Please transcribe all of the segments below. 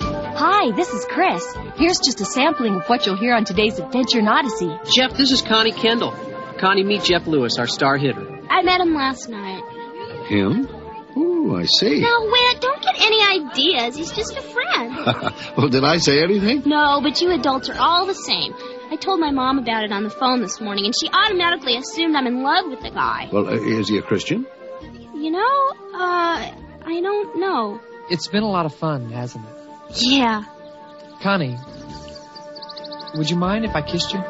Hi, this is Chris. Here's just a sampling of what you'll hear on today's Adventure in Odyssey. Jeff, this is Connie Kendall. Connie, meet Jeff Lewis, our star hitter. I met him last night. Him? Oh, I see. No, Wit, don't get any ideas. He's just a friend. well, did I say anything? no, but you adults are all the same. I told my mom about it on the phone this morning, and she automatically assumed I'm in love with the guy. Well, uh, is he a Christian? You know, uh, I don't know. It's been a lot of fun, hasn't it? Yeah. Connie, would you mind if I kissed you?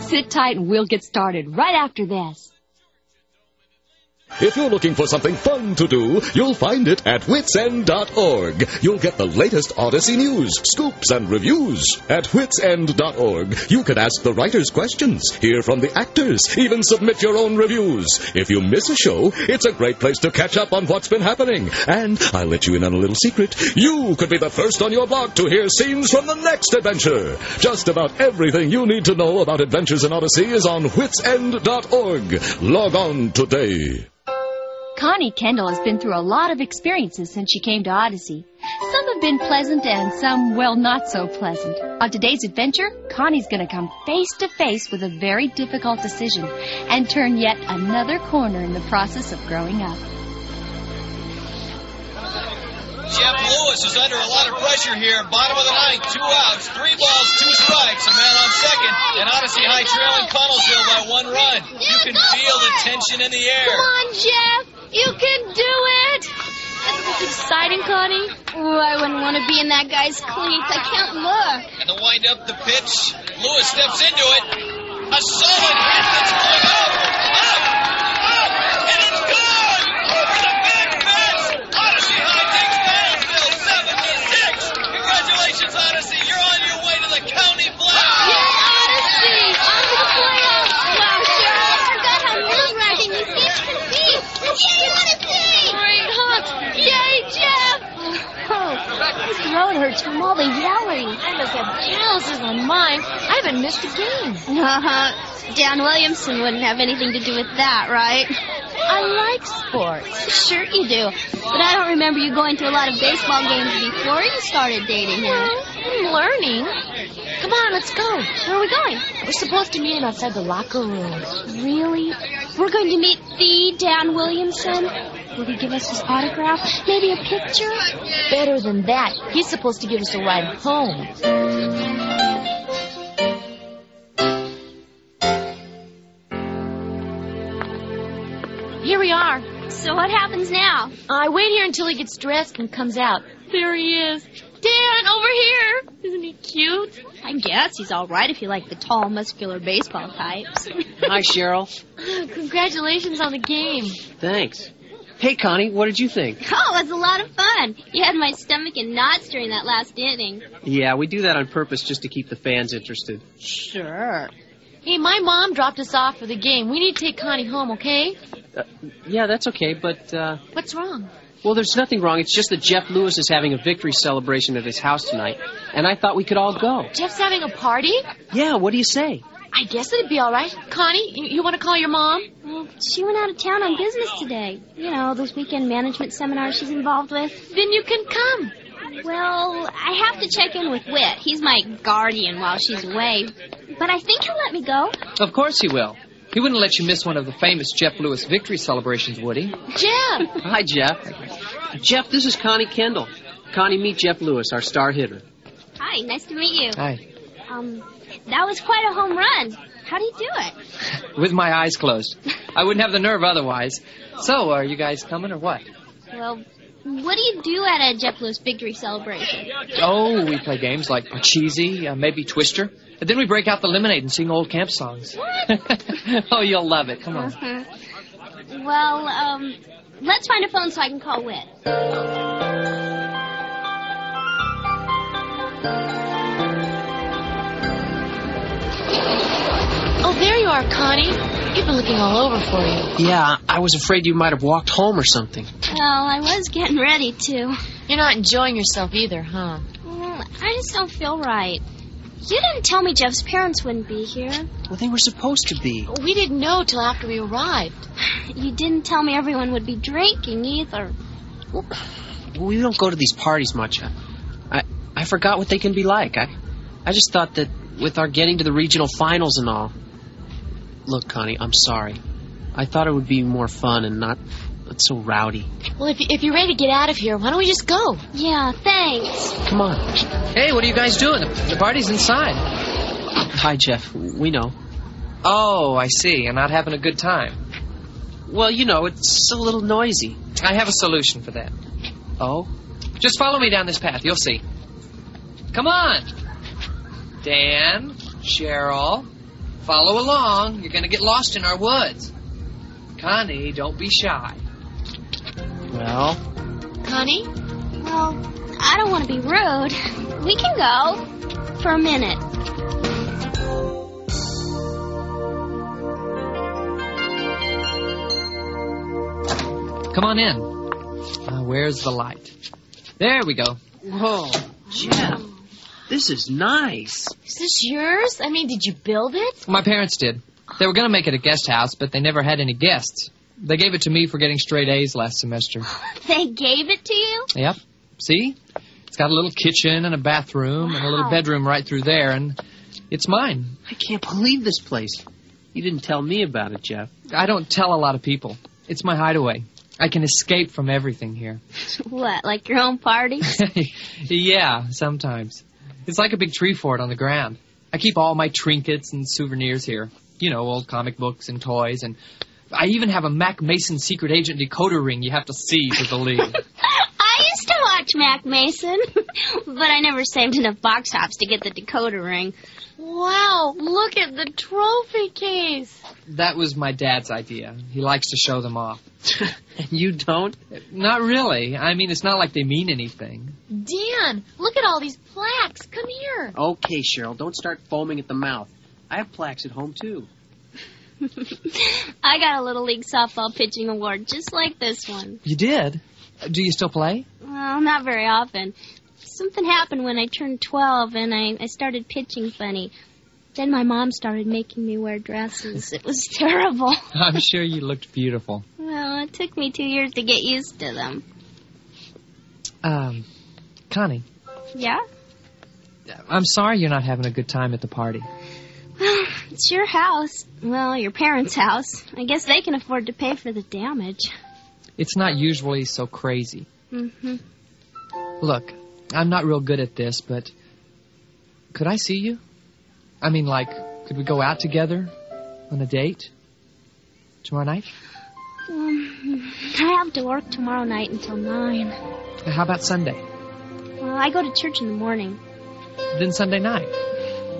Sit tight and we'll get started right after this. If you're looking for something fun to do, you'll find it at witsend.org. You'll get the latest Odyssey news, scoops, and reviews. At witsend.org, you can ask the writers questions, hear from the actors, even submit your own reviews. If you miss a show, it's a great place to catch up on what's been happening. And I'll let you in on a little secret. You could be the first on your blog to hear scenes from the next adventure. Just about everything you need to know about Adventures in Odyssey is on witsend.org. Log on today. Connie Kendall has been through a lot of experiences since she came to Odyssey. Some have been pleasant and some, well, not so pleasant. On today's adventure, Connie's going to come face to face with a very difficult decision and turn yet another corner in the process of growing up. Jeff Lewis is under a lot of pressure here. Bottom of the ninth, two outs, three balls, two strikes, a man on second, and Odyssey High trailing Connellsville by one run. You can feel the tension in the air. Come on, Jeff. You can do it. It's exciting, Connie. Oh, I wouldn't want to be in that guy's cleats. I can't look. And the wind up, the pitch. Lewis steps into it. A solid hit that's going up, up, up, and it's gone! Over the back fence! Odyssey High takes Battlefield 76! Congratulations, Odyssey! You're on your way to the county flag! Odyssey! On to the playoffs! Wow, Cheryl, I forgot how nerve-wracking these games can be. Let's see what it Great hunt! Yay, Jeff! Oh, my throat hurts from all the yelling. I look at thousands on mine. I haven't missed a game. Uh-huh. Dan Williamson wouldn't have anything to do with that, right? I like sports. Sure you do. But I don't remember you going to a lot of baseball games before you started dating him. I'm learning. Come on, let's go. Where are we going? We're supposed to meet him outside the locker room. Really? We're going to meet the Dan Williamson? Will he give us his autograph? Maybe a picture? Better than that. He's supposed to give us a ride home. Here we are. So what happens now? I wait here until he gets dressed and comes out. There he is. Dan, over here. Isn't he cute? I guess he's all right if you like the tall, muscular baseball types. Hi, Cheryl. Congratulations on the game. Thanks. Hey, Connie, what did you think? Oh, it was a lot of fun. You had my stomach in knots during that last inning. Yeah, we do that on purpose just to keep the fans interested. Sure. Hey, my mom dropped us off for the game. We need to take Connie home, okay? Uh, yeah, that's okay, but, uh, What's wrong? well, there's nothing wrong. It's just that Jeff Lewis is having a victory celebration at his house tonight, and I thought we could all go. Jeff's having a party? Yeah, what do you say? I guess it'd be all right. Connie, you, you want to call your mom? Well, she went out of town on business today. You know, those weekend management seminars she's involved with. Then you can come. Well, I have to check in with Whit. He's my guardian while she's away. But I think he'll let me go. Of course he will. He wouldn't let you miss one of the famous Jeff Lewis victory celebrations, would he? Jeff! Hi, Jeff. Jeff, this is Connie Kendall. Connie, meet Jeff Lewis, our star hitter. Hi, nice to meet you. Hi. Um, that was quite a home run. How do you do it? With my eyes closed. I wouldn't have the nerve otherwise. So, are you guys coming or what? Well, what do you do at a Jeff Lewis victory celebration? Oh, we play games like Parcheesi, uh, maybe Twister. And then we break out the lemonade and sing old camp songs. oh, you'll love it. Come on. Well, um, let's find a phone so I can call Whit. Oh, there you are, Connie. You've been looking all over for you. Yeah, I was afraid you might have walked home or something. Well, I was getting ready to. You're not enjoying yourself either, huh? Mm, I just don't feel right. You didn't tell me Jeff's parents wouldn't be here. Well, they were supposed to be. We didn't know till after we arrived. You didn't tell me everyone would be drinking either. We don't go to these parties much. I, I forgot what they can be like. I, I just thought that with our getting to the regional finals and all. Look, Connie, I'm sorry. I thought it would be more fun and not, not so rowdy. Well, if, if you're ready to get out of here, why don't we just go? Yeah, thanks. Come on. Hey, what are you guys doing? The, the party's inside. Hi, Jeff. We know. Oh, I see. I'm not having a good time. Well, you know, it's a little noisy. I have a solution for that. Oh? Just follow me down this path. You'll see. Come on. Dan, Cheryl, follow along. You're going to get lost in our woods. Connie, don't be shy. Well, Connie? Well, I don't want to be rude. We can go for a minute. Come on in. Uh, where's the light? There we go. whoa, Jeff. This is nice. Is this yours? I mean, did you build it? My parents did. They were going to make it a guest house, but they never had any guests. They gave it to me for getting straight A's last semester. They gave it to you? Yep. See? It's got a little kitchen and a bathroom and a little Wow. bedroom right through there, and it's mine. I can't believe this place. You didn't tell me about it, Jeff. I don't tell a lot of people. It's my hideaway. I can escape from everything here. What, like your own party? yeah, sometimes. It's like a big tree fort on the ground. I keep all my trinkets and souvenirs here. You know, old comic books and toys, and I even have a Mac Mason secret agent decoder ring you have to see to believe. I used to watch Mac Mason, but I never saved enough box hops to get the decoder ring. Wow, look at the trophy case. that was my dad's idea. He likes to show them off. and you don't? Not really. I mean, it's not like they mean anything. Dan, look at all these plaques. Come here. Okay, Cheryl, don't start foaming at the mouth. I have plaques at home, too. I got a Little League softball pitching award just like this one. You did? Do you still play? Well, not very often. Something happened when I turned 12 and I, I started pitching funny. Then my mom started making me wear dresses. It was terrible. I'm sure you looked beautiful. Well, it took me two years to get used to them. Um, Connie, Yeah? I'm sorry you're not having a good time at the party. Well, it's your house. Well, your parents' house. I guess they can afford to pay for the damage. It's not usually so crazy. hmm Look, I'm not real good at this, but could I see you? I mean, like, could we go out together on a date tomorrow night? Um, I have to work tomorrow night until 9. How about Sunday? Well, I go to church in the morning. Then Sunday night.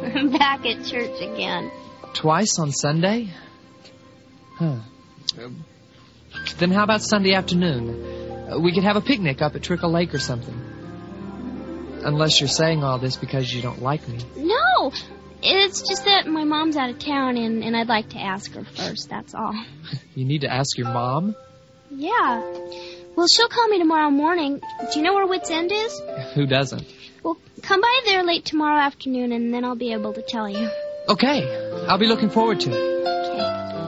I'm back at church again. Twice on Sunday? Huh. Um, Then how about Sunday afternoon? Uh, We could have a picnic up at Trickle Lake or something. Unless you're saying all this because you don't like me. No! It's just that my mom's out of town and, and I'd like to ask her first, that's all. You need to ask your mom. Yeah. Well, she'll call me tomorrow morning. Do you know where Wits End is? Who doesn't? Well, come by there late tomorrow afternoon and then I'll be able to tell you. Okay, I'll be looking forward to it.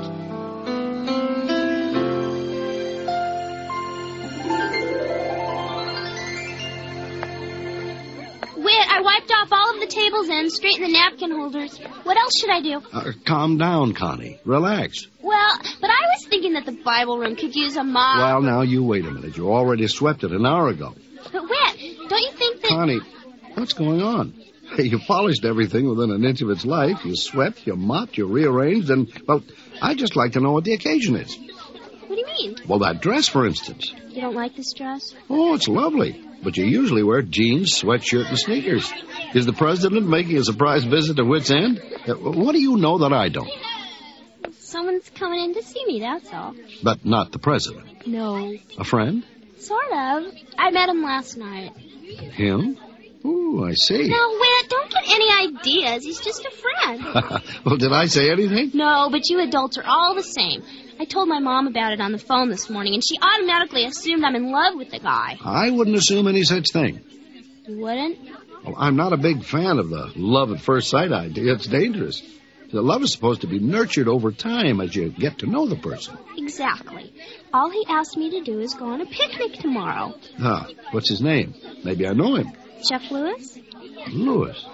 Wait, I wiped off all of the tables and straightened the napkin holders. What else should I do? Uh, calm down, Connie. Relax. Well, but I was thinking that the Bible room could use a mop. Well, now you wait a minute. You already swept it an hour ago. But Whit, don't you think that? Connie, what's going on? You polished everything within an inch of its life. You swept, you mopped, you rearranged, and, well, I'd just like to know what the occasion is. What do you mean? Well, that dress, for instance. You don't like this dress? Oh, it's lovely. But you usually wear jeans, sweatshirt, and sneakers. Is the president making a surprise visit to Wits End? Uh, What do you know that I don't? Someone's coming in to see me. That's all. But not the president. No, A friend? sort of. I met him last night. Him? Ooh, I see. No, Whit, don't get any ideas. He's just a friend. well, did I say anything? No, but you adults are all the same. I told my mom about it on the phone this morning, and she automatically assumed I'm in love with the guy. I wouldn't assume any such thing. You wouldn't? Well, I'm not a big fan of the love at first sight idea. It's dangerous. The love is supposed to be nurtured over time as you get to know the person. Exactly. All he asked me to do is go on a picnic tomorrow. Ah, what's his name? Maybe I know him. Jeff Lewis? Lewis.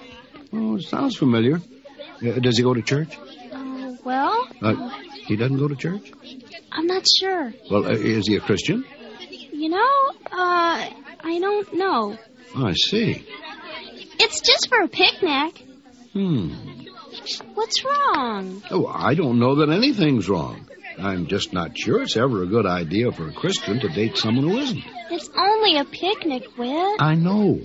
Oh, it sounds familiar. Uh, does he go to church? Uh, well, Uh, he doesn't go to church? I'm not sure. Well, uh, is he a Christian? You know, uh, I don't know. Oh, I see. It's just for a picnic. Hmm. What's wrong? Oh, I don't know that anything's wrong. I'm just not sure it's ever a good idea for a Christian to date someone who isn't. It's only a picnic, Whit. I know.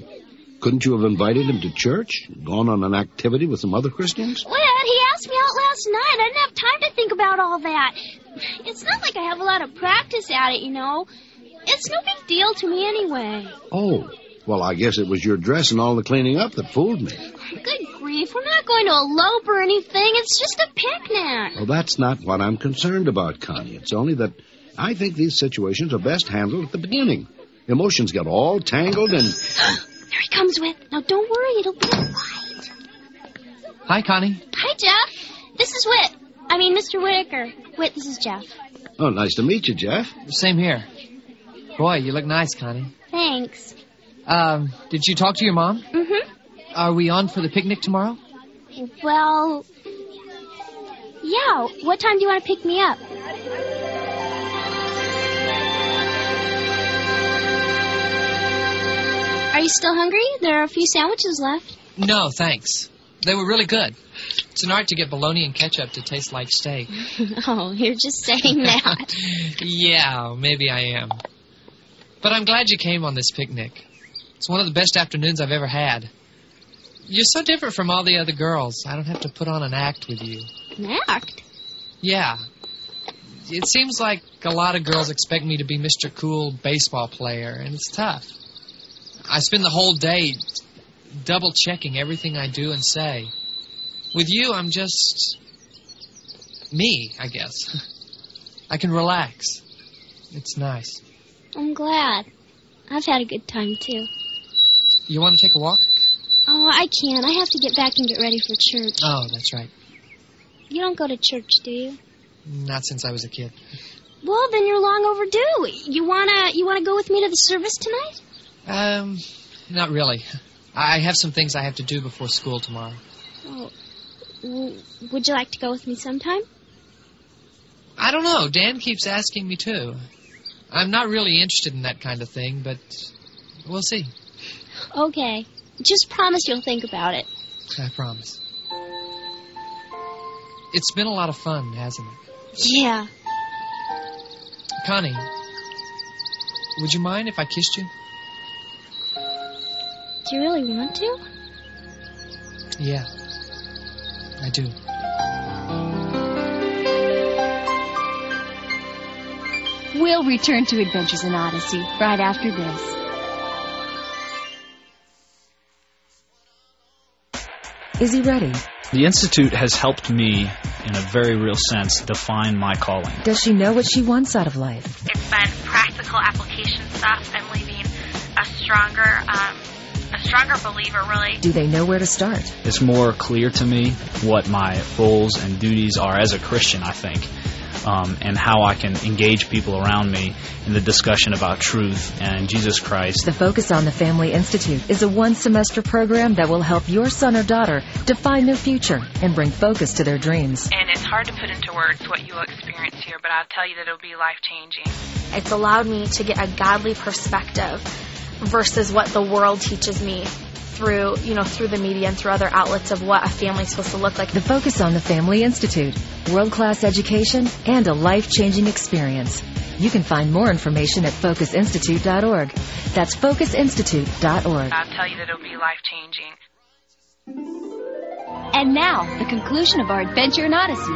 Couldn't you have invited him to church? Gone on an activity with some other Christians? Whit, he asked me out last night. I didn't have time to think about all that. It's not like I have a lot of practice at it, you know. It's no big deal to me anyway. Oh, well, I guess it was your dress and all the cleaning up that fooled me. Good grief, we're not going to elope or anything. It's just a picnic. Well, that's not what I'm concerned about, Connie. It's only that I think these situations are best handled at the beginning. Emotions get all tangled and. There he comes, Whit. Now don't worry, it'll be all right. Hi, Connie. Hi, Jeff. This is Whit. I mean, Mr. Whitaker. Whit, this is Jeff. Oh, nice to meet you, Jeff. Same here. Boy, you look nice, Connie. Thanks. Um, did you talk to your mom? Mm-hmm. Are we on for the picnic tomorrow? Well, yeah. What time do you want to pick me up? Are you still hungry? There are a few sandwiches left. No, thanks. They were really good. It's an art to get bologna and ketchup to taste like steak. oh, you're just saying that. yeah, maybe I am. But I'm glad you came on this picnic. It's one of the best afternoons I've ever had. You're so different from all the other girls. I don't have to put on an act with you. An act? Yeah. It seems like a lot of girls expect me to be Mr. Cool baseball player, and it's tough. I spend the whole day double checking everything I do and say. With you, I'm just me, I guess. I can relax. It's nice. I'm glad. I've had a good time too. You want to take a walk? Oh, I can. I have to get back and get ready for church. Oh, that's right. You don't go to church, do you? Not since I was a kid. Well, then you're long overdue. You wanna you wanna go with me to the service tonight? Um, not really. I have some things I have to do before school tomorrow. Oh, w- would you like to go with me sometime? I don't know. Dan keeps asking me too. I'm not really interested in that kind of thing, but we'll see. Okay. Just promise you'll think about it. I promise. It's been a lot of fun, hasn't it? Yeah. Connie, would you mind if I kissed you? Do you really want to? Yeah, I do. We'll return to Adventures in Odyssey right after this. Is he ready? The Institute has helped me, in a very real sense, define my calling. Does she know what she wants out of life? It's been practical application stuff. I'm leaving a stronger, um, a stronger believer, really. Do they know where to start? It's more clear to me what my roles and duties are as a Christian, I think, um, and how I can engage people around me in the discussion about truth and Jesus Christ. The Focus on the Family Institute is a one semester program that will help your son or daughter define their future and bring focus to their dreams. And it's hard to put into words what you'll experience here, but I'll tell you that it'll be life changing. It's allowed me to get a godly perspective versus what the world teaches me through, you know, through the media and through other outlets of what a family's supposed to look like. The Focus on the Family Institute, world class education and a life changing experience. You can find more information at focusinstitute.org. That's focusinstitute.org. I'll tell you that it'll be life changing. And now, the conclusion of our adventure in Odyssey.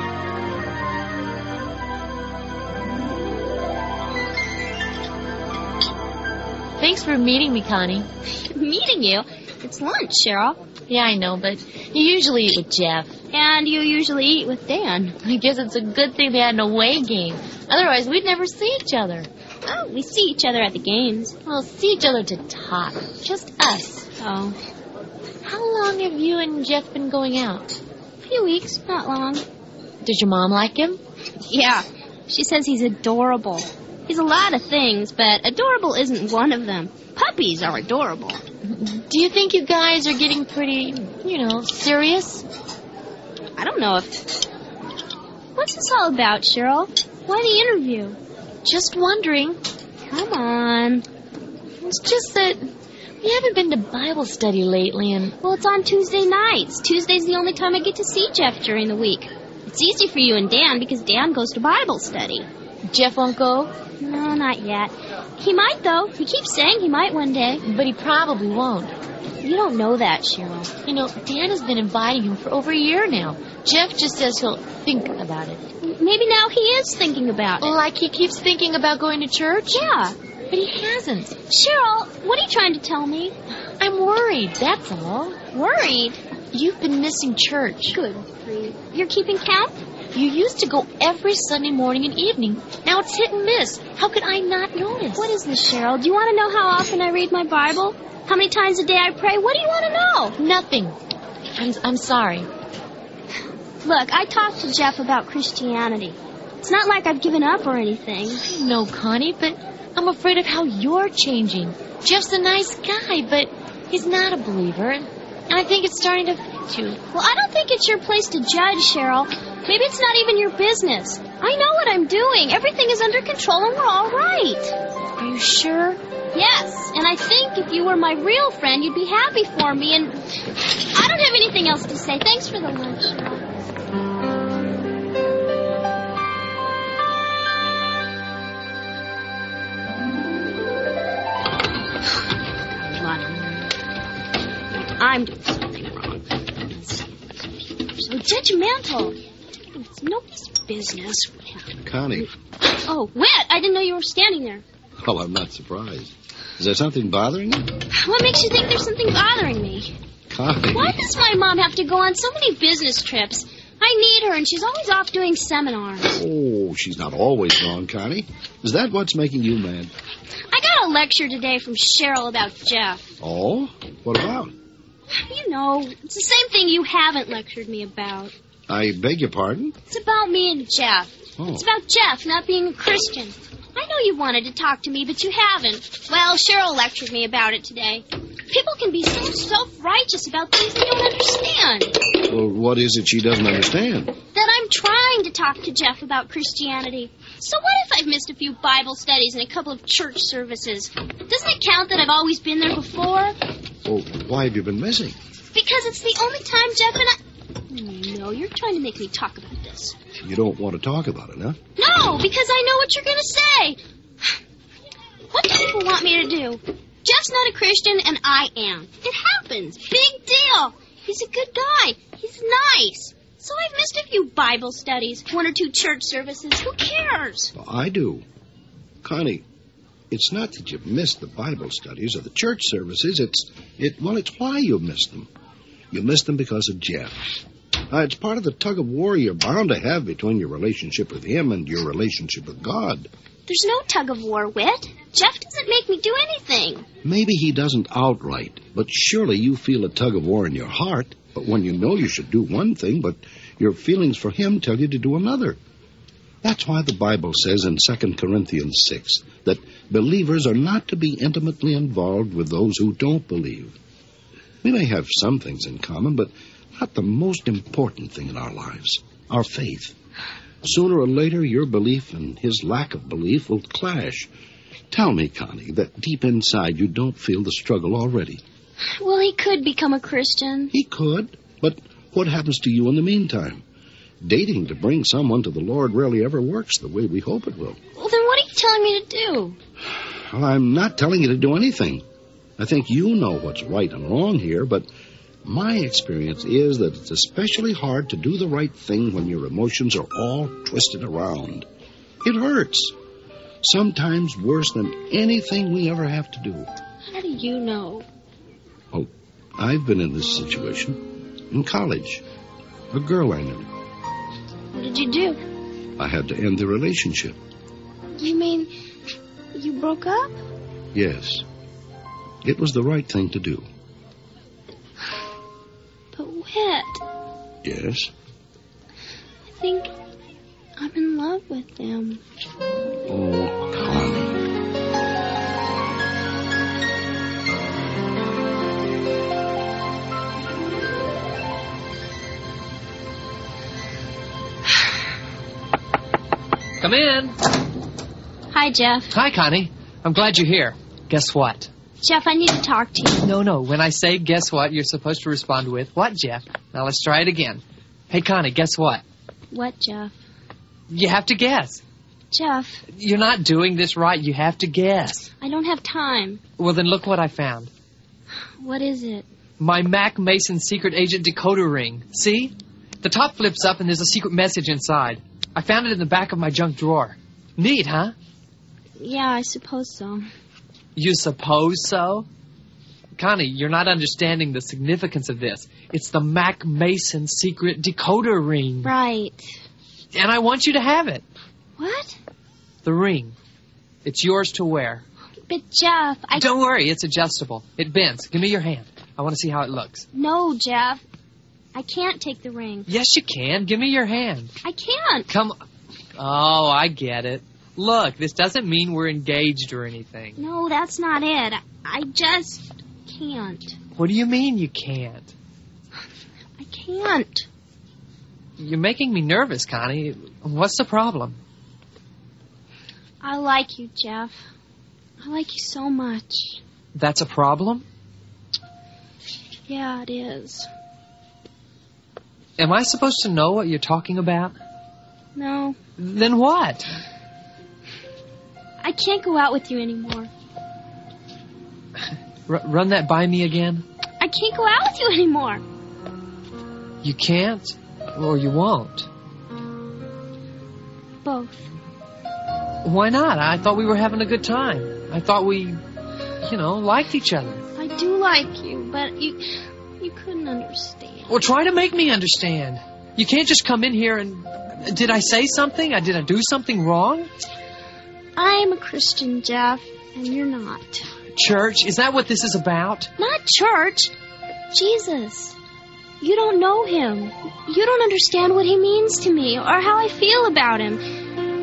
Thanks for meeting me, Connie. Meeting you? It's lunch, Cheryl. Yeah, I know, but you usually eat with Jeff. And you usually eat with Dan. I guess it's a good thing they had an away game. Otherwise, we'd never see each other. Oh, we see each other at the games. We'll see each other to talk. Just us. Oh. How long have you and Jeff been going out? A few weeks, not long. Did your mom like him? Yeah. She says he's adorable. He's a lot of things, but adorable isn't one of them. Puppies are adorable. Do you think you guys are getting pretty, you know, serious? I don't know if. What's this all about, Cheryl? Why the interview? Just wondering. Come on. It's just that we haven't been to Bible study lately, and Well, it's on Tuesday nights. Tuesday's the only time I get to see Jeff during the week. It's easy for you and Dan because Dan goes to Bible study. Jeff won't go, No, not yet. He might, though. He keeps saying he might one day. but he probably won't. You don't know that, Cheryl. You know, Dan has been inviting him for over a year now. Jeff just says he'll think about it. Maybe now he is thinking about it. Like he keeps thinking about going to church? Yeah. But he hasn't. Cheryl, what are you trying to tell me? I'm worried, that's all. Worried? You've been missing church. Good grief. You're keeping count? You used to go every Sunday morning and evening. Now it's hit and miss. How could I not notice? What is this, Cheryl? Do you want to know how often I read my Bible? How many times a day I pray? What do you want to know? Nothing. I'm, I'm sorry. Look, I talked to Jeff about Christianity. It's not like I've given up or anything. No, Connie, but I'm afraid of how you're changing. Jeff's a nice guy, but he's not a believer. And I think it's starting to affect you. Well, I don't think it's your place to judge, Cheryl. Maybe it's not even your business. I know what I'm doing. Everything is under control and we're all right. Are you sure? Yes, and I think if you were my real friend, you'd be happy for me. And I don't have anything else to say. Thanks for the lunch, Cheryl. I'm doing something wrong. So judgmental. It's nobody's business. Connie, Oh, Whit, I didn't know you were standing there. well, I'm not surprised. Is there something bothering you? What makes you think there's something bothering me? Connie. Why does my mom have to go on so many business trips? I need her, and she's always off doing seminars. Oh, she's not always gone, Connie. Is that what's making you mad? I got a lecture today from Cheryl about Jeff. Oh? What about? You know, it's the same thing you haven't lectured me about. I beg your pardon? It's about me and Jeff. Oh. It's about Jeff not being a Christian. I know you wanted to talk to me, but you haven't. Well, Cheryl lectured me about it today. People can be so self-righteous about things they don't understand. Well, what is it she doesn't understand? that I'm trying to talk to Jeff about Christianity. So what if I've missed a few Bible studies and a couple of church services? Doesn't it count that I've always been there before? Well, Oh, why have you been missing? Because it's the only time Jeff and I. Oh, No, you're trying to make me talk about this. You don't want to talk about it, huh? No, because I know what you're going to say. What do people want me to do? Jeff's not a Christian, and I am. It happens. Big deal. He's a good guy. He's nice. So I've missed a few Bible studies, one or two church services. Who cares? Well, I do. Connie, it's not that you've missed the Bible studies or the church services. It's, it, well, it's why you missed them. You missed them because of Jeff. Uh, it's part of the tug of war you're bound to have between your relationship with him and your relationship with God. There's no tug of war, Wit. Jeff doesn't make me do anything. Maybe he doesn't outright, but surely you feel a tug of war in your heart. But when you know you should do one thing, but your feelings for him tell you to do another. That's why the Bible says in 2 Corinthians 6 that believers are not to be intimately involved with those who don't believe. We may have some things in common, but not the most important thing in our lives our faith. Sooner or later, your belief and his lack of belief will clash. Tell me, Connie, that deep inside you don't feel the struggle already. Well, he could become a Christian. He could, but what happens to you in the meantime? Dating to bring someone to the Lord rarely ever works the way we hope it will. Well, then what are you telling me to do? Well, I'm not telling you to do anything. I think you know what's right and wrong here, but my experience is that it's especially hard to do the right thing when your emotions are all twisted around. It hurts. Sometimes worse than anything we ever have to do. How do you know? I've been in this situation. In college, a girl I knew. What did you do? I had to end the relationship. You mean you broke up? Yes. It was the right thing to do. But Whit, Yes. I think I'm in love with him. Oh, Connie. Come in. Hi, Jeff. Hi, Connie. I'm glad you're here. Guess what? Jeff, I need to talk to you. No, no. When I say guess what, you're supposed to respond with what, Jeff? Now let's try it again. Hey, Connie, guess what? What, Jeff? You have to guess. Jeff, You're not doing this right. You have to guess. I don't have time. Well, then look what I found. What is it? My Mac Mason secret agent decoder ring. See? The top flips up and there's a secret message inside. I found it in the back of my junk drawer. Neat, huh? Yeah, I suppose so. You suppose so? Connie, you're not understanding the significance of this. It's the Mac Mason secret decoder ring. Right. And I want you to have it. What? The ring. It's yours to wear. But Jeff, I Don't worry, it's adjustable. It bends. Give me your hand. I want to see how it looks. no, Jeff. I can't take the ring. Yes, you can. Give me your hand. I can't. Come. Oh, I get it. Look, this doesn't mean we're engaged or anything. No, that's not it. I- I just can't. What do you mean you can't? I can't. You're making me nervous, Connie. What's the problem? I like you, Jeff. I like you so much. That's a problem? Yeah, it is. Am I supposed to know what you're talking about? No, Then what? I can't go out with you anymore. R- run that by me again? I can't go out with you anymore. You can't or you won't. Both. Why not? I thought we were having a good time. I thought we, you know, liked each other. I do like you, but you you couldn't understand. Well, try to make me understand. You can't just come in here and. Did I say something? I Did I do something wrong? I'm a Christian, Jeff, and you're not. Church, is that what this is about? Not church, Jesus. You don't know him. You don't understand what he means to me or how I feel about him.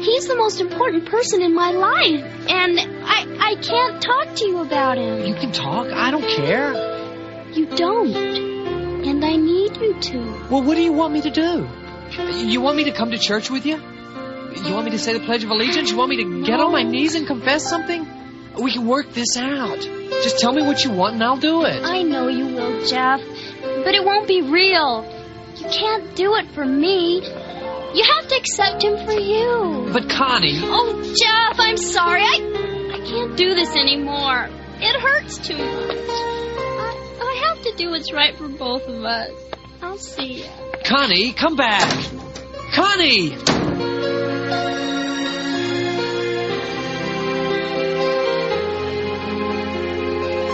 He's the most important person in my life, and I I can't talk to you about him. You can talk. I don't care. You don't. And I need you to. Well, what do you want me to do? You want me to come to church with you? You want me to say the Pledge of Allegiance? You want me to get on my knees and confess something? We can work this out. Just tell me what you want and I'll do it. I know you will, Jeff, but it won't be real. You can't do it for me. You have to accept him for you. But Connie, Oh, Jeff, I'm sorry. I, I can't do this anymore. It hurts too much. I, I have to do what's right for both of us. I'll see you. Connie, come back. Connie!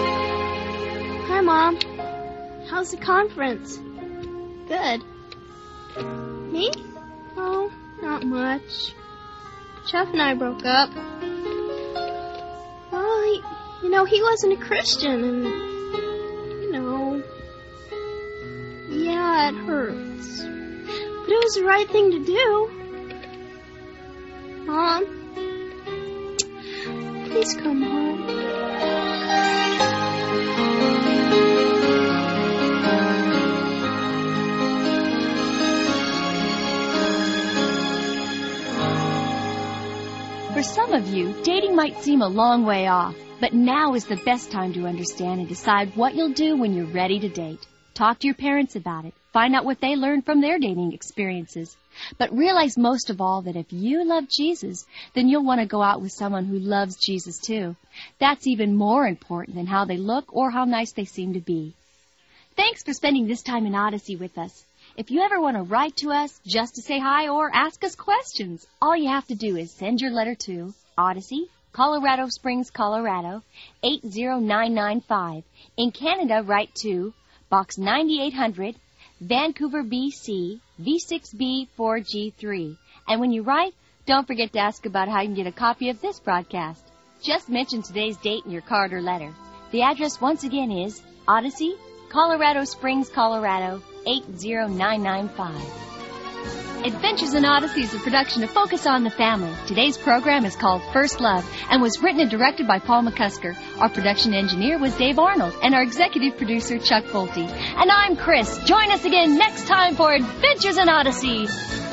Hi, Mom. How's the conference? Good. Me? Oh, not much. Jeff and I broke up. Well, he, you know, he wasn't a Christian, and, you know. Yeah, it hurts. But it was the right thing to do. Mom, please come home. For some of you, dating might seem a long way off, but now is the best time to understand and decide what you'll do when you're ready to date. Talk to your parents about it. Find out what they learned from their dating experiences. But realize most of all that if you love Jesus, then you'll want to go out with someone who loves Jesus too. That's even more important than how they look or how nice they seem to be. Thanks for spending this time in Odyssey with us. If you ever want to write to us just to say hi or ask us questions, all you have to do is send your letter to Odyssey, Colorado Springs, Colorado 80995. In Canada, write to Box 9800, Vancouver, BC, V6B4G3. And when you write, don't forget to ask about how you can get a copy of this broadcast. Just mention today's date in your card or letter. The address once again is Odyssey, Colorado Springs, Colorado 80995. Adventures in Odyssey is a production of Focus on the Family. Today's program is called First Love and was written and directed by Paul McCusker. Our production engineer was Dave Arnold and our executive producer Chuck Pulte. And I'm Chris. Join us again next time for Adventures in Odyssey.